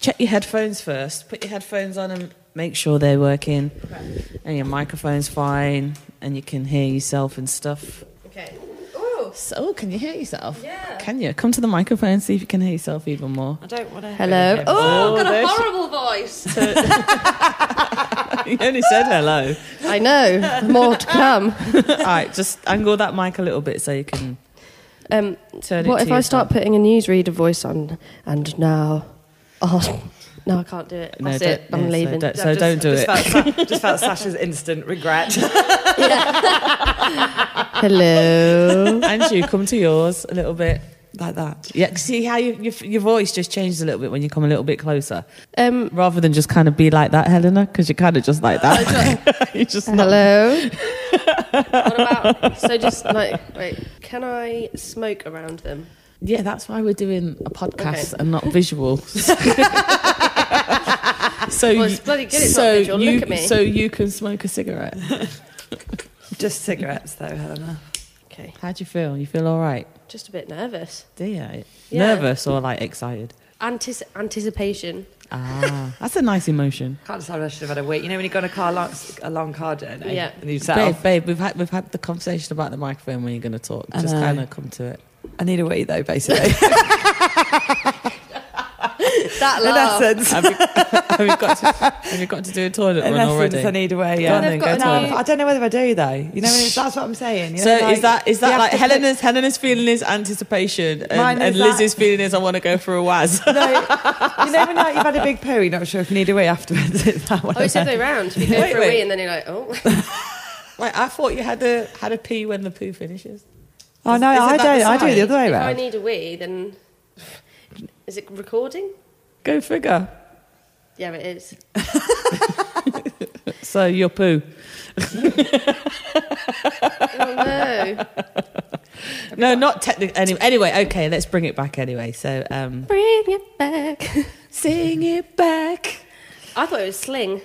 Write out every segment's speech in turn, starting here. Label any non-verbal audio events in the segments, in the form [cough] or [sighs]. check your headphones first. Put your headphones on and make sure they're working. And your microphone's fine, and you can hear yourself and stuff. Okay. Ooh. So, can you hear yourself? Yeah. Can you come to the microphone and see if you can hear yourself even more? I don't want to. Hello. Oh, I've got a there's- horrible [laughs] voice. you only said hello. [laughs] I know. More to come. All right, just angle that mic a little bit so you can Um, turn it. what to if I yourself. start putting a newsreader voice on? And now, oh, no, I can't do it. No, That's don't- it. I'm yeah, so leaving. don't- so don't do it. [laughs] just felt Sasha's instant regret. [laughs] Hello. and you come to yours a little bit like that. yeah see how you, your, your voice just changes a little bit when you come a little bit closer Um, rather than just kind of be like that helena because you're kind of just like [laughs] that you just not- hello. what about? So just like, wait. Can I smoke around them? [laughs] yeah that's why we're doing a podcast and not visual [laughs] so Well, it's you- bloody good it's not so visual, you look at me. so you can smoke a cigarette Just cigarettes, though, Helena. Okay. how do you feel you feel all right Just a bit nervous. do you Yeah. nervous or like excited Antis- [laughs] anticipation. ah that's a nice emotion Can't decide whether I should have had a wait. You know when you go on a car long, a long car journey, Yeah. and you set babe off. babe we've had we've had the conversation about the microphone when you're going to talk I just know. kind of come to it [laughs] "Oh, I need a wee though, basically. That [laughs] in laugh. essence, have, you, have you got to, have you got to do [laughs] a toilet in run essence, I already? need a wee. Go on Yeah. then, I've go got to an it. I don't know whether I do though. You know, that's what I'm saying. You So know, like, is that is you that have like to Helena's Helena's feeling is anticipation Mine and, is and Liz's that. feeling is I want to go for a [laughs] waz. put- [laughs] No, you know when like you've had a big poo, you're not sure if you need a wee afterwards. [laughs] It's that one. Oh, it's the other way round. You go Wait, for a wait. wee and then you're like, oh. Like I thought you had a had a pee when the poo finishes. Oh no, Is it I that don't. the I do it the other way if I round. need a wee, then is it recording? Go figure. Yeah, it is. So your poo. Oh no! No, not technically. Anyway, anyway, okay, let's bring it back anyway. So um, Bring it back. sing it back, I thought it was sling.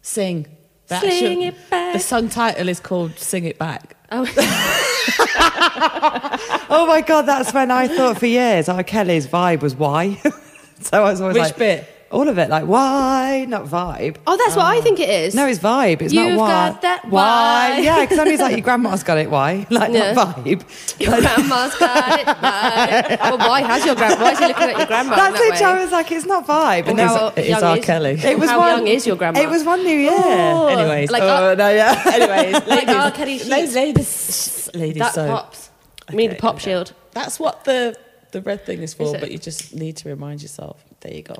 sing. The actual- sling it back. The song title is called "Sing It Back." oh, Oh my god, that's when I thought for years R. Kelly's vibe was why. [laughs] so I was always Which like, bit? all of it, like why, not vibe. oh, that's what I think it is. [laughs] No, it's vibe. It's You've not why. got that why. Yeah, because somebody's like, your grandma's got it. Why? [laughs] Like Yeah. not vibe. your grandma's got it. Right. Well, why has your grandma? Why is he looking at your grandma? That's in it. that I was like, it's not vibe. way? And Or then how- it is R. Kelly. It was how one- young is your grandma? it was one New Year. Oh, Anyways, like, oh uh, no, yeah. [laughs] Anyways, Like ladies- R. Kelly sheets. ladies, ladies, ladies, that so- pops. Me, the Okay, pop okay. shield. That's what the the red thing is for, Is it? but you just need to remind yourself. There you go.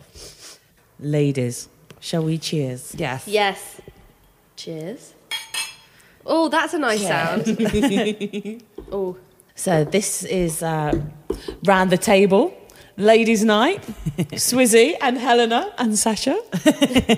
Ladies, shall we cheers? yes. Yes. Cheers. Oh, that's a nice sound. [laughs] oh, So this is uh, round the table, ladies' night. Swizzy and Helena and Sasha [laughs]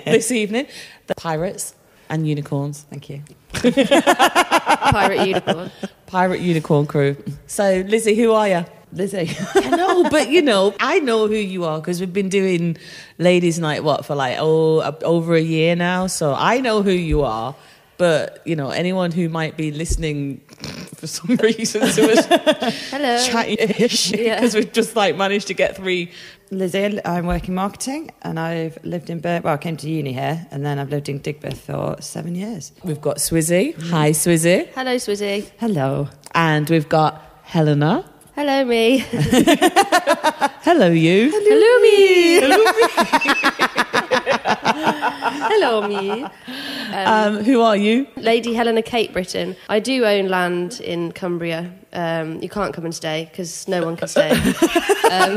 this evening. The pirates and unicorns. Thank you. pirate unicorn. Pirate unicorn crew. So Lizzie, who are you? [laughs] Lizzie. I know, but you know, I know who you are because we've been doing Ladies' Night what for like oh up- over a year now, so I know who you are. But you know, anyone who might be listening [laughs] for some reason to [laughs] us Hello. chatting because Yeah. we've just like managed to get three. Lizzie, I'm working marketing and I've lived in Bur- well, I came to uni here and then I've lived in Digbeth for seven years. We've got Swizzy, hi Swizzy, Hello, Swizzy. Hello. and we've got Helena. Hello, me. Hello, you. Hello, me. [laughs] Hello, me. Um, who are you? Lady Helena Kate Britton. I do own land in Cumbria. Um, you can't come and stay because no one can stay. um,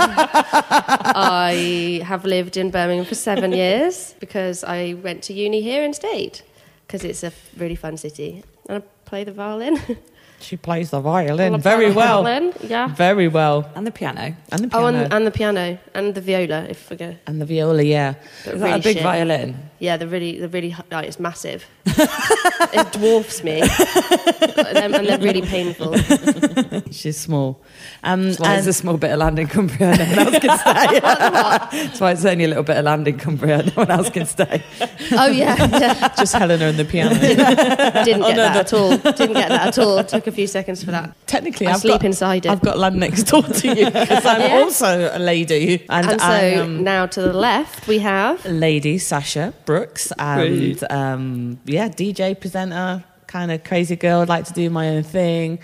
I have lived in Birmingham for seven years because I went to uni here and stayed because it's a really fun city. And I play the [laughs] violin. She plays the I violin play very the well, violin, Yeah. very well, And the piano. and the Oh, piano and, and, and the piano and the viola, if we go. the viola. Yeah, But Is really that a big shit. violin? Yeah, they're really, they're really, like, it's [laughs] massive. it dwarfs me. and, they're, and they're really painful. She's small. Um, That's why it's and- [laughs] a small bit of land in Cumbria. No one else can [laughs] stay. That's why it's only a little bit of land in Cumbria. No one else can [laughs] stay. Oh [laughs] yeah, yeah. just Helena and the piano. didn't get Oh, no, that at all. Didn't get that at all. Took a few seconds for that. [laughs] Technically, I I've sleep got, inside it. I've got land next door to you because [laughs] I'm Yeah. also a lady, and, and so I um, am now to the left we have lady Sasha Brooks, and Great. um, yeah, DJ presenter, kind of crazy girl. Like to do my own thing,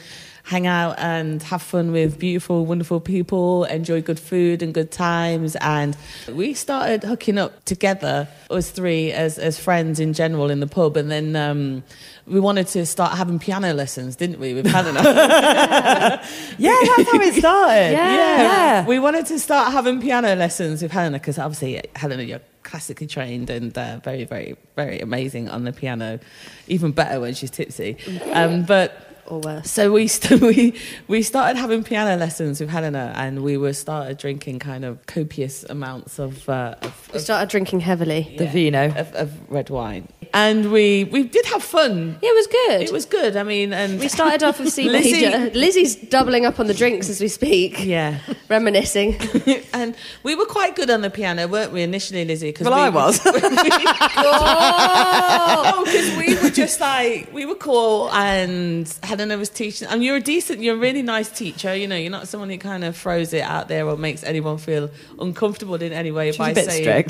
hang out and have fun with beautiful, wonderful people, enjoy good food and good times. And we started hooking up together, us three as as friends in general in the pub, and then um, we wanted to start having piano lessons, didn't we, with Helena? Yeah, that's how it [laughs] started. Yeah. yeah. We wanted to start having piano lessons with Helena because obviously, Helena, you're classically trained and uh, very, very, very amazing on the piano, even better when she's tipsy. Um, [laughs] but or worse. so we, st- [laughs] we we started having piano lessons with Helena, and we were started drinking kind of copious amounts of, uh, of, We of, started drinking heavily. The vino. Uh, of, of red wine, and we we did have fun. Yeah, it was good. It was good. I mean, and we started off with C [laughs] Lizzie- major. Lizzie's doubling up on the drinks as we speak, yeah. [laughs] reminiscing. and we were quite good on the piano, weren't we, initially, Lizzie? 'Cause Well, we, I was. [laughs] Oh! [laughs] Oh, because we were just like we were cool, and Helena was teaching. And you're a decent, you're a really nice teacher. You know, you're not someone who kind of throws it out there or makes anyone feel uncomfortable in any way She's by a bit saying,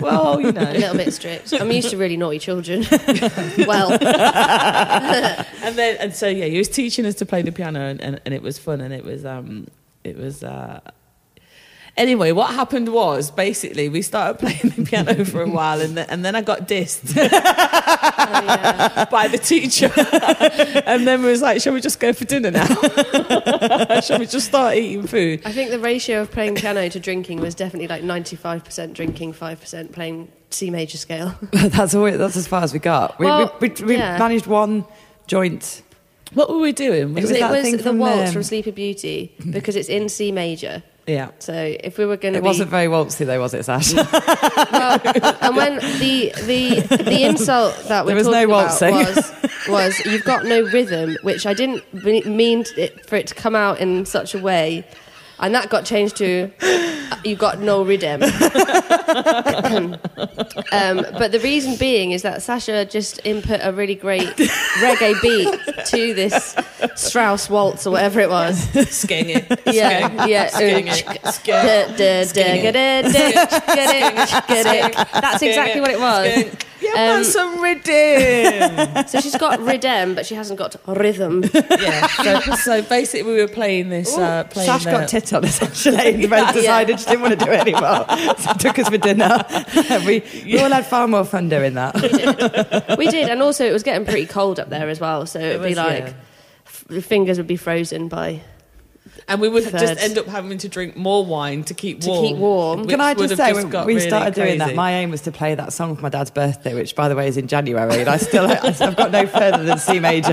[laughs] "Well, you [laughs] A know." little bit strict. I'm used to really naughty children. [laughs] well, and then, and so yeah, he was teaching us to play the piano, and, and, and it was fun, and it was um, it was uh. Anyway, what happened was basically we started [laughs] playing the piano for a while, and, then and then I got dissed. [laughs] oh, yeah. by the teacher. [laughs] and then we was like, shall we just go for dinner now? [laughs] shall we just start eating food? I think the ratio of playing piano to drinking was definitely like 95% drinking, 5% playing C major scale. [laughs] that's all. That's as far as we got. We, Well, we, we, we yeah. managed one joint. What were we doing? We It was was- it that was thing the from, waltz um, from Sleepy Beauty because it's in C major. yeah. So if we were going to It be wasn't very waltzy though, was it, Sash? [laughs] Well, and when the the the insult that we're There was no talking waltzing. about was was you've got no rhythm, which I didn't be- mean t- it, for it to come out in such a way, and that got changed to uh, you've got no [laughs] rhythm. um, but the reason being is that Sasha just input a really great reggae beat to this Strauss waltz or whatever it was. Sking [laughs] it. Yeah, yeah. Sking Ooch. it. Duh, Sking it. duh, duh, Skink. duh, duh, duh, duh, duh, duh. That's exactly what it was. Skink. Yeah, man, Um, some rhythm. So she's got rhythm, but she hasn't got rhythm. yeah. So, so basically, we were playing this. uh, playing Sash the- got tit on us actually. [laughs] and then decided she didn't want to do it anymore. [laughs] So took us for dinner. [laughs] we, we all had far more fun doing that. We did, and also it was getting pretty cold up there as well. So it'd be was, like yeah. f- the fingers would be frozen by and we would Third. just end up having to drink more wine to keep To warm. keep warm. which Can I would just have say, got we really started doing that. crazy. [laughs] My aim was to play that song for my dad's birthday, which, by the way, is in January, and I still I've got no further than C major. [laughs]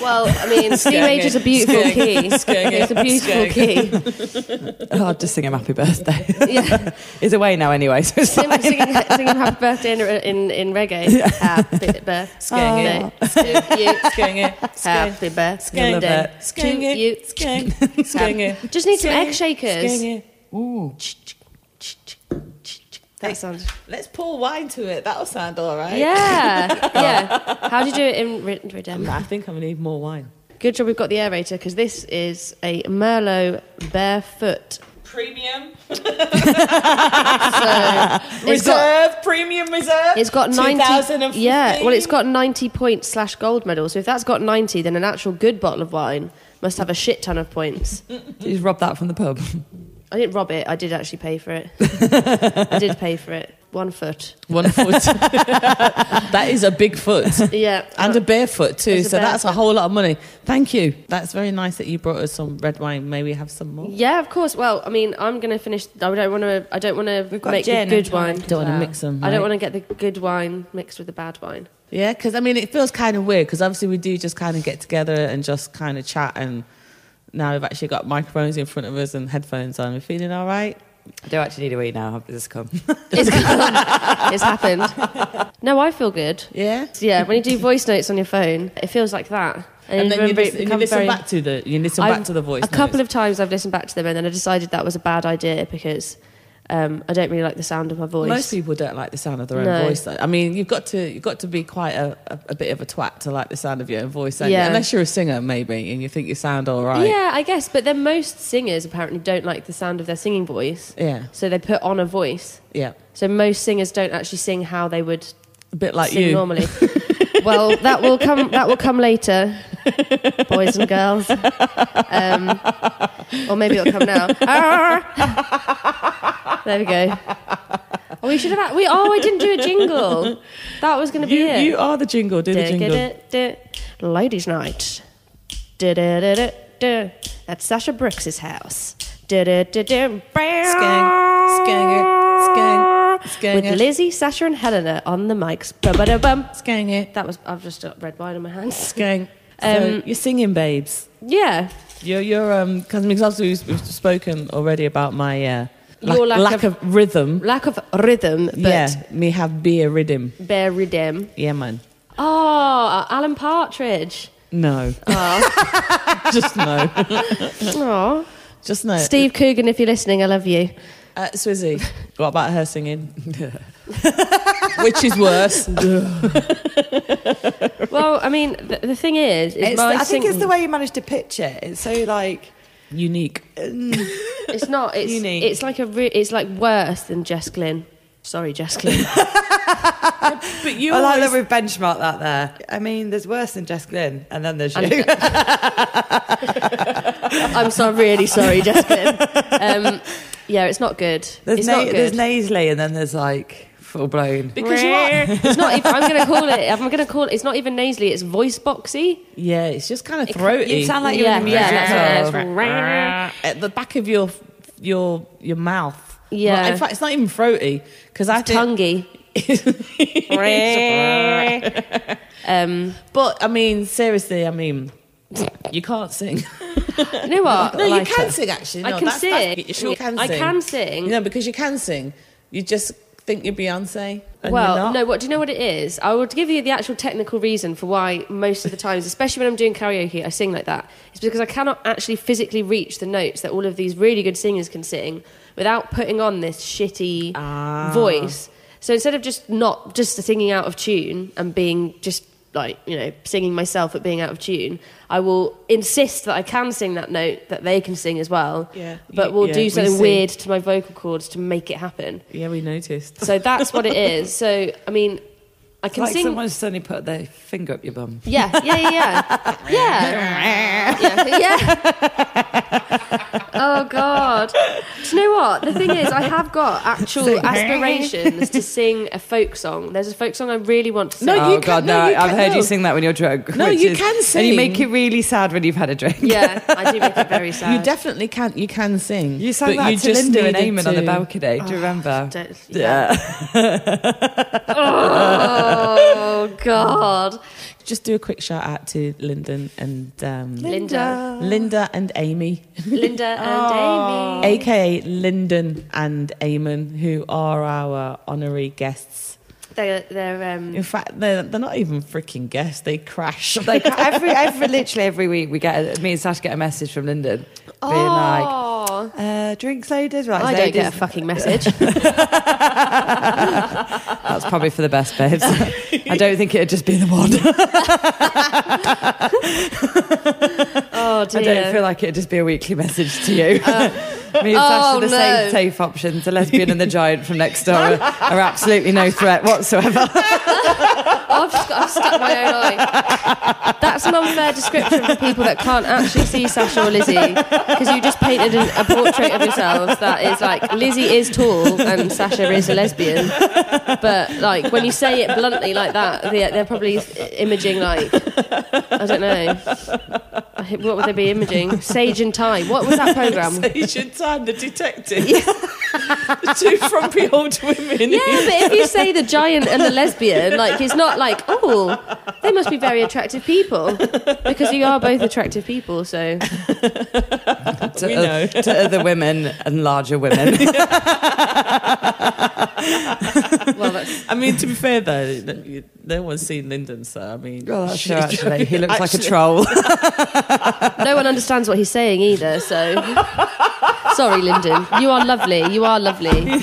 well, I mean, C Skirting major's a it, beautiful skirting key. it, skirting It's a it, beautiful [laughs] key. Oh, I'll just sing him happy birthday. Yeah, [laughs] He's away now anyway, so it's singing, like, singing, singing happy birthday in in, in reggae. Happy Skirting birthday it. to you. Sking it. Sking Happy Skin Love birthday it. it. to Sking you. it. Sking Sking it. Just need some Sking egg it. shakers. Sking it. That sounds. Let's pour wine to it. That'll sound all right. [laughs] Yeah, yeah. How do you do it in written rhythm? I think I'm gonna need more wine. Good job we've got the aerator because this is a Merlot barefoot. Premium [laughs] So it's got reserve. premium reserve. it's got ninety. 2015. Yeah, well, it's got ninety points slash gold medal. So if that's got ninety, then an actual good bottle of wine must have a shit ton of [laughs] points. you just robbed that from the pub. I didn't rob it. I did actually pay for [laughs] it. I did pay for it. One [laughs] foot. one foot. [laughs] that is a big foot. Yeah. And a barefoot too, It's a so that's a barefoot. whole lot of money. Thank you. That's very nice that you brought us some red wine. May we have some more? Yeah, of course. Well, I mean, I'm gonna finish. I don't want to. I don't want We've to got make the gin good and wine. Don't want to mix them. I don't right? want to get the good wine mixed with the bad wine. [laughs] Yeah, because I mean, it feels kind of weird because obviously we do just kind of get together and just kind of chat, and now we've actually got microphones in front of us and headphones on. We're feeling all right. I do actually need a wee now. This has come. It's, it's happened. No, I feel good. Yeah. Yeah, when you do voice notes on your phone, it feels like that. And then you, remember lis- it and you becomes listen very- back to the you listen I've- back to the voice. A couple notes. of times I've listened back to them, and then I decided that was a bad idea because um, I don't really like the sound of my voice. most people don't like the sound of their own No. voice. Though. I mean, you've got to you've got to be quite a, a, a bit of a twat to like the sound of your own voice. haven't you? Yeah. Unless you're a singer, maybe, and you think you sound all right. Yeah, I guess, but then most singers apparently don't like the sound of their singing voice, Yeah. so they put on a voice. Yeah. So most singers don't actually sing how they would A bit like sing you. [laughs] normally. well, that will come. That will come later, boys and girls. Um, or maybe it'll come now. Ah! there we go. Oh, we should have. We oh, I didn't do a jingle. That was going to be You, it. you are the jingle. Do the jingle. Du-du-du-du. Ladies' night. Du-du-du-du-du. At Sasha Brooks's house. Du-du-du-du. Skang, skanger, skang, skanger. With Lizzie, Sasha, and Helena on the mics. Ba-ba-da-bum. Skang it. That was I've just got red wine in my hands. Skang. Um, so you're singing, babes. Yeah, You're you're um because obviously we've, we've spoken already about my uh, lack, Your lack lack of, rhythm. lack of rhythm, but yeah, me have beer rhythm. bear rhythm. Yeah, man. Oh, Alan Partridge. No. [laughs] Just no. Oh, Just no. Steve Coogan, if you're listening, I love [laughs] you. Uh, Swizzy, what about her singing? Which is worse? Well, I mean, the, the thing is, is It's the- my I think sing- it's the way you managed to pitch it. It's so like Unique. [laughs] It's not. It's Unique. it's like a. Re- it's like worse than Jess Glynn. Sorry, Jess [laughs] Glynn. But you I like always, that we've benchmarked that there. I mean, there's worse than Jess Glynn, and then there's you. And- [laughs] I'm so really sorry, Jess Glynn. Um, yeah, it's not good. there's, it's na- not good. there's Nasely, and then there's like full blown. because you are. it's not. Even, I'm [laughs] going to call it. I'm going to call it. It's not even nasally. It's voice boxy. Yeah, it's just kind of throaty. You sound like you're in a music yeah, video. yeah. At the back of your your your mouth. Yeah. Well, in fact, it's not even throaty because I It's think. Tonguey. [laughs] um, [laughs] but I mean, seriously, I mean, you can't sing. you know what? No, Like you can it. sing actually. I No, can that's, that's- sing. you sure can I sing. can sing. No, because you can sing. You just think you're Beyonce. And you're Well, not. no. What do you know? What it is? I would give you the actual technical reason for why most of the times, especially when I'm doing karaoke, I sing like that. It's because I cannot actually physically reach the notes that all of these really good singers can sing without putting on this shitty Ah. voice. So instead of just not just singing out of tune and being just like you know singing myself at being out of tune, I will insist that I can sing that note that they can sing as well. Yeah. But Y- we'll yeah, do we something see. weird to my vocal cords to make it happen. Yeah, we noticed. So that's what it is. So I mean, I can Like sing. someone's suddenly put their finger up your bum. Yeah, yeah, yeah, yeah, [laughs] yeah, yeah, yeah. Oh God! Do you know what the thing is? I have got actual aspirations to sing a folk song. There's a folk song I really want to sing. No, oh you God, can- no, no! you I've can- heard no. you sing that when you're drunk. No, which you is- can And sing. you make it really sad when you've had a drink. Yeah, I do make it very sad. You definitely can. You can sing. You sang but that to Linda and needed Eamon on the to- balcony. Do you remember? Don't- yeah. Oh God, Just do a quick shout out to Lyndon and um, Linda, Linda and Amy, Linda, and Amy. aka Lyndon and Eamon, who are our honorary guests. They're, they're um, In fact, they're, they're not even freaking guests. They crash. [laughs] Like every, every, literally every week, we get a, me and Sash get a message from Lyndon being like, oh, uh, "Drinks, ladies." Right, I don't ladies. get a fucking message. That's probably for the best, babes. I don't think it'd just be the one. [laughs] Oh dear. I don't feel like it'd just be a weekly message to you. [laughs] Me and Sash oh, are the no. same safe options. The lesbian and the giant from next door are, are absolutely no threat whatsoever. I've, just got, I've stuck my own eye. That's an unfair description for people that can't actually see Sasha or Lizzie because you just painted a, a portrait of yourselves that is like Lizzie is tall and Sasha is a lesbian. But like when you say it bluntly like that, they're, they're probably imaging like I don't know. What would they be imaging? Sage and Time. What was that program? Asian time, the detective. [laughs] the two front old women. Yeah, but if you say the giant and the lesbian, like it's not like oh, they must be very attractive people because you are both attractive people. So to, We know. to other women and larger women. well, that's [laughs] I mean, to be fair though, no no one's seen Lyndon, so I mean, well, Oh, that's true, actually. He looks like a troll. no one understands what he's saying either. So sorry, Lyndon. You are lovely. You are lovely.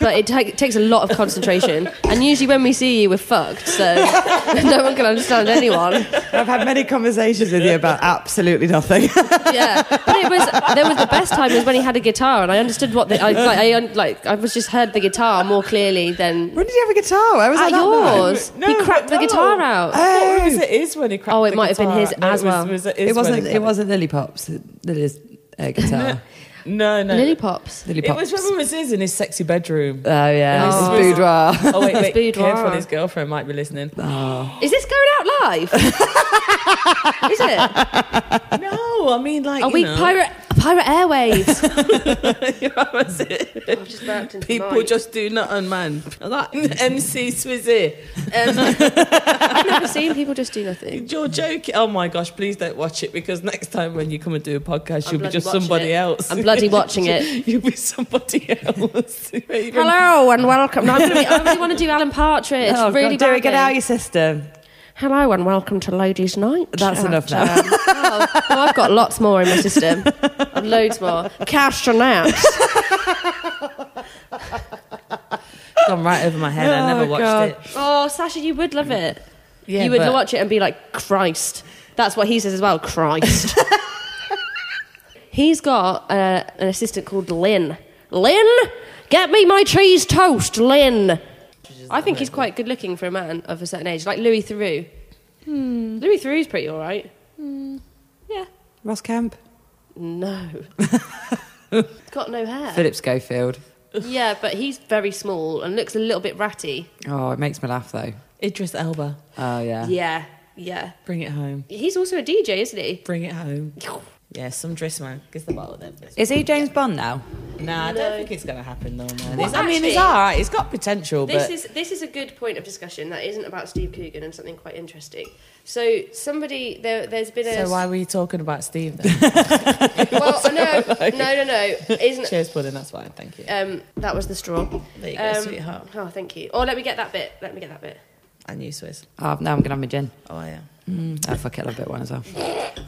But it, ta- takes a lot of concentration, and usually when we see you, we're fucked. So [laughs] no one can understand anyone. I've had many conversations with you about absolutely nothing. [laughs] yeah, but it was there was the best time was when he had a guitar, and I understood what the, I like. I un, like I was just heard the guitar more clearly than when did you have a guitar? Where was at that that night? yours. No, he but cracked the no. guitar out. Oh, it was it is when he cracked Oh, it the might have been guitar. his as it was- well. was- it is It wasn't. when he It wasn't Lily Pops. It it is uh, guitar. cracked- No, no. Lily pops. Lily It Pops. was when we was in his sexy bedroom. Oh yeah, No. it's boudoir. [laughs] Oh wait, His wait. boudoir. Careful, his girlfriend might be listening. [laughs] Is this going out live? Is it? No, I mean like Are you we know, [laughs] pirate pirate airwaves? What was it? I've just burped into People the mic. just do not unman. [laughs] Like MC Swizzy. I've never seen people just do nothing. You're joking. Oh my gosh, please don't watch it because next time when you come and do a podcast, I'm you'll be bloody just watching somebody it. else. I'm bloody watching [laughs] it. you'll be somebody else. [laughs] You're even- Hello and welcome. No, I'm gonna be, I really want to do Alan Partridge. [laughs] Oh, really God, do it. Get badly. out of your system. Hello and welcome to Ladies' Night. That's enough now. um, oh, well, I've got lots more in my system. I've loads more. Castanets. gone right over my head. I never watched God. it. Oh, Sasha, you would love it. Yeah, you would but- watch it and be like, Christ. That's what he says as well, Christ. He's got uh, an assistant called Lynn. Lynn, get me my cheese toast, Lynn. I think he's quite good looking for a man of a certain age, like Louis Theroux. Louis Theroux's pretty all right. Yeah. Ross Camp, [laughs] No. Got no hair. Philip Schofield. Yeah, but he's very small and looks a little bit ratty. Oh, it makes me laugh though. Idris Elba. Oh yeah. Yeah, yeah. Bring it home. He's also a DJ, isn't he? Bring it home. Yeah, some dress man. Gets the bottle then. Is he James Bond now? Nah, I No. don't think it's going to happen though, man. Well, It's- I mean, it's actually- all right. It's got potential, This but is this is a good point of discussion that isn't about Steve Coogan and something quite interesting. So somebody there, there's been a so why were you talking about Steve then? [laughs] well no [laughs] no no no isn't Cheers, pudding. That's fine. Thank you. um that was the straw. There you go, Um, sweetheart. Oh, thank you. Oh, let me get that bit. Let me get that bit. And you, Swiss. Oh, now I'm gonna have my gin. Oh yeah. Oh, fuck it, I'll bit one as well.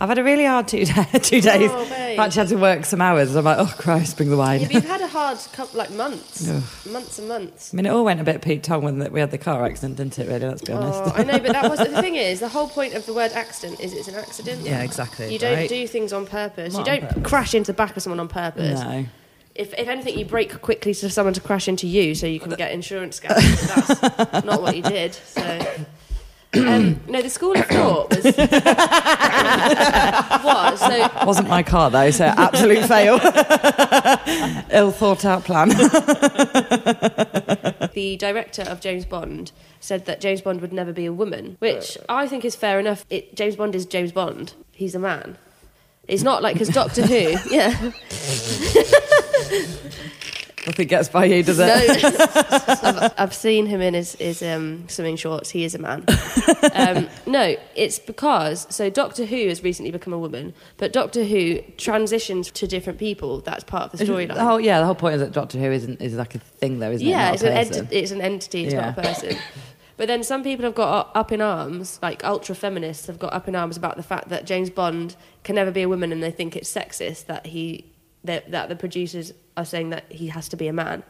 I've had a really hard two, [laughs] day, two days. Oh, babe. I've actually had to work some hours. I'm like, oh Christ, bring the wine. Yeah, but you've had a hard couple like [sighs] months, Ugh. months and months. [laughs] I mean, it all went a bit Pete Tong when that we had the car accident, didn't it? Really, let's be honest. Oh, I know, but that was the thing is the whole point of the word accident is it's an accident. Yeah, exactly. You don't right? do things on purpose. Not you on don't purpose. crash into the back of someone on purpose. No. If, if anything, you brake quickly to someone to crash into you so you can get insurance scams. but That's not what you did. So. Um, no, the school of thought was, [laughs] was so Wasn't my car though, so absolute fail. [laughs] Ill thought out plan. [laughs] the director of James Bond said that James Bond would never be a woman, which I think is fair enough. It, James Bond is James Bond. He's a man. It's not like because Doctor Who, [laughs] yeah, Nothing gets by you, does it? No. I've, I've seen him in his, his um, swimming shorts. He is a man. Um, no, it's because so Doctor Who has recently become a woman, but Doctor Who transitions to different people. That's part of the storyline. The whole, yeah, the whole point is that Doctor Who isn't is like a thing though, isn't yeah, it? it's Not an, a enti- person. it's an entity, it's not a Yeah. [laughs] person. But then some people have got u- up in arms, like ultra feminists have got up in arms about the fact that James Bond can never be a woman, and they think it's sexist that he that, that the producers are saying that he has to be a man.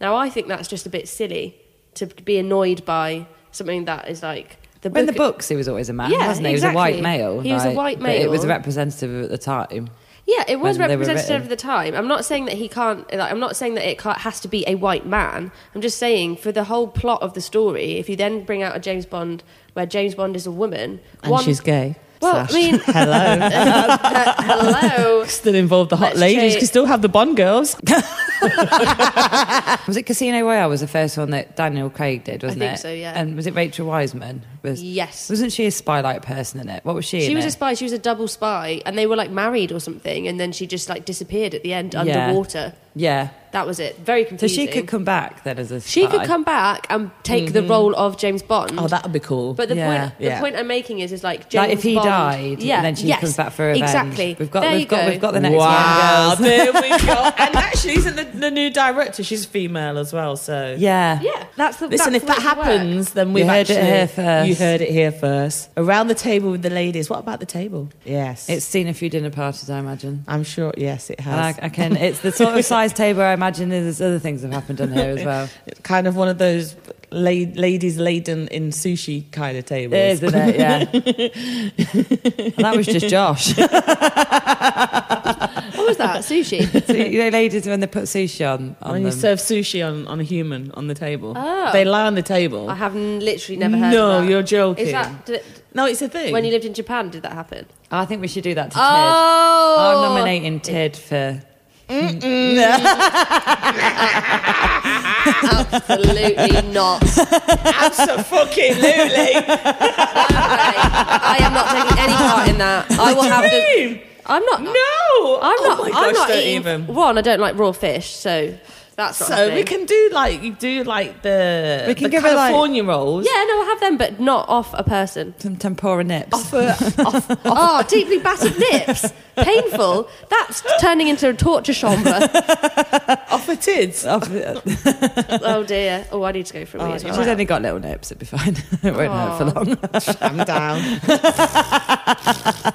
Now I think that's just a bit silly to be annoyed by something that is like the But in the book. books, he was always a man, Yeah, wasn't he? He was a white exactly. male. He was a like, white but It was male. representative at the time. Yeah, it was when they were representative written. of the time. I'm not saying that he can't. Like, I'm not saying that it can't, has to be a white man. I'm just saying for the whole plot of the story, if you then bring out a James Bond where James Bond is a woman, And she's gay. Well, I [laughs] mean, hello. uh, uh, [laughs] hello. still involve the hot Let's ladies. try- Can still have the Bond girls. Was it Casino Royale was the first one that Daniel Craig did, wasn't think it? so, yeah. And was it Rachel Wiseman? Was Yes. Wasn't she a spy-like person in it? What was she? She in was it? a spy. She was a double spy, and they were like married or something, and then she just like disappeared at the end Yeah. underwater. yeah. That was it. Very So confusing. she could come back Mm-hmm. then as a. Spy. She could come back and take the role of James Bond. Oh, that would be cool. But the Yeah. point, the Yeah. point I'm making is, is like James Like if he Bond- died, yeah, and then she yes, comes back for revenge. Exactly. We've got, There we've you got, go. we've got the next wow, one, girls. there we go. [laughs] And actually, isn't the, the new director? She's female as well. So Yeah. Yeah, that's the. Listen, that's if the that way to work. happens, then we've You heard it actually, here first. You heard it here first. Around the table with the ladies. What about the table? Yes, It's seen a few dinner parties, I imagine. I'm sure. Yes, it And has. I, I can. It's the sort of size table I imagine. There's other things that have happened on here as well. It's kind of one of those la- ladies laden in sushi kind of tables. Isn't [laughs] it? Yeah. And that was just Josh. so, What was that? [laughs] Sushi. you know, ladies when they put sushi on. on when you them. serve sushi on, on a human on the table, Oh. they lie on the table. I have n- literally never heard. No, of that. you're joking. Is that did it- no, it's a thing. [laughs] when you lived in Japan? Did that happen? I think we should do that to Ted. Oh, I'm nominating Ted for. Absolutely not. fucking literally. I am not taking any part in that. I will have the. I'm not. No, I'm oh not. My I'm gosh, not don't eating. even. One, I don't like raw fish, so that's not So we happening. can do like you do like the We can the give her, like- California rolls. Yeah, no, I'll have them, but not off a person. Some tempura nips. Oh, deeply battered nips. Painful. That's turning into a torture chamber. offer [laughs] tids. Off- She's Oh dear. Oh, I need to go for a wee as well. uh, only got little nips, it'd be fine. [laughs] it won't hurt for Aw. long. I'm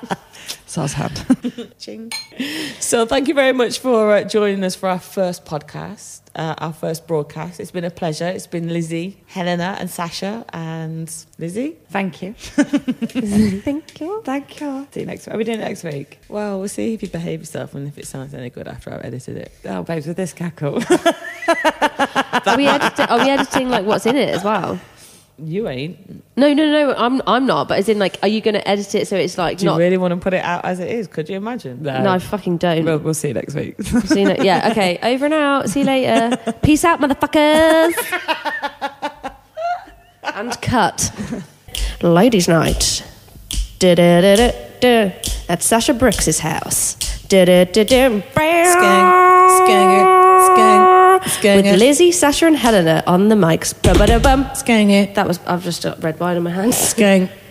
down. Sars hand. Ching. So thank you very much for uh, joining us for our first podcast, uh, our first broadcast. It's been a pleasure. It's been Lizzie, Helena, and Sasha, and Lizzie. Thank you. Thank you. Thank you. See you next week. Are we doing it next week? Well, we'll see if you behave yourself and if it sounds any good after I've edited it. Oh, babes, with this cackle. Are we, edit- are we editing like what's in it as well? You ain't. No, no, no. I'm I'm not. But as in, like, are you going to edit it so it's like Do not? you really want to put it out as it is? Could you imagine? no, I fucking don't. We'll, we'll see you next [laughs] week. See you ne- yeah. Okay. Over and out. See you later. Peace out, motherfuckers. and cut. Ladies' night. Du-du-du-du-du. At Sasha Brooks' house. Du-du-du-du. skang, skang With it. Lizzie, Sasha, and Helena on the mics. Ba-ba-da-bum. Skang it. That was. I've just got uh, red wine on my hands. Skang.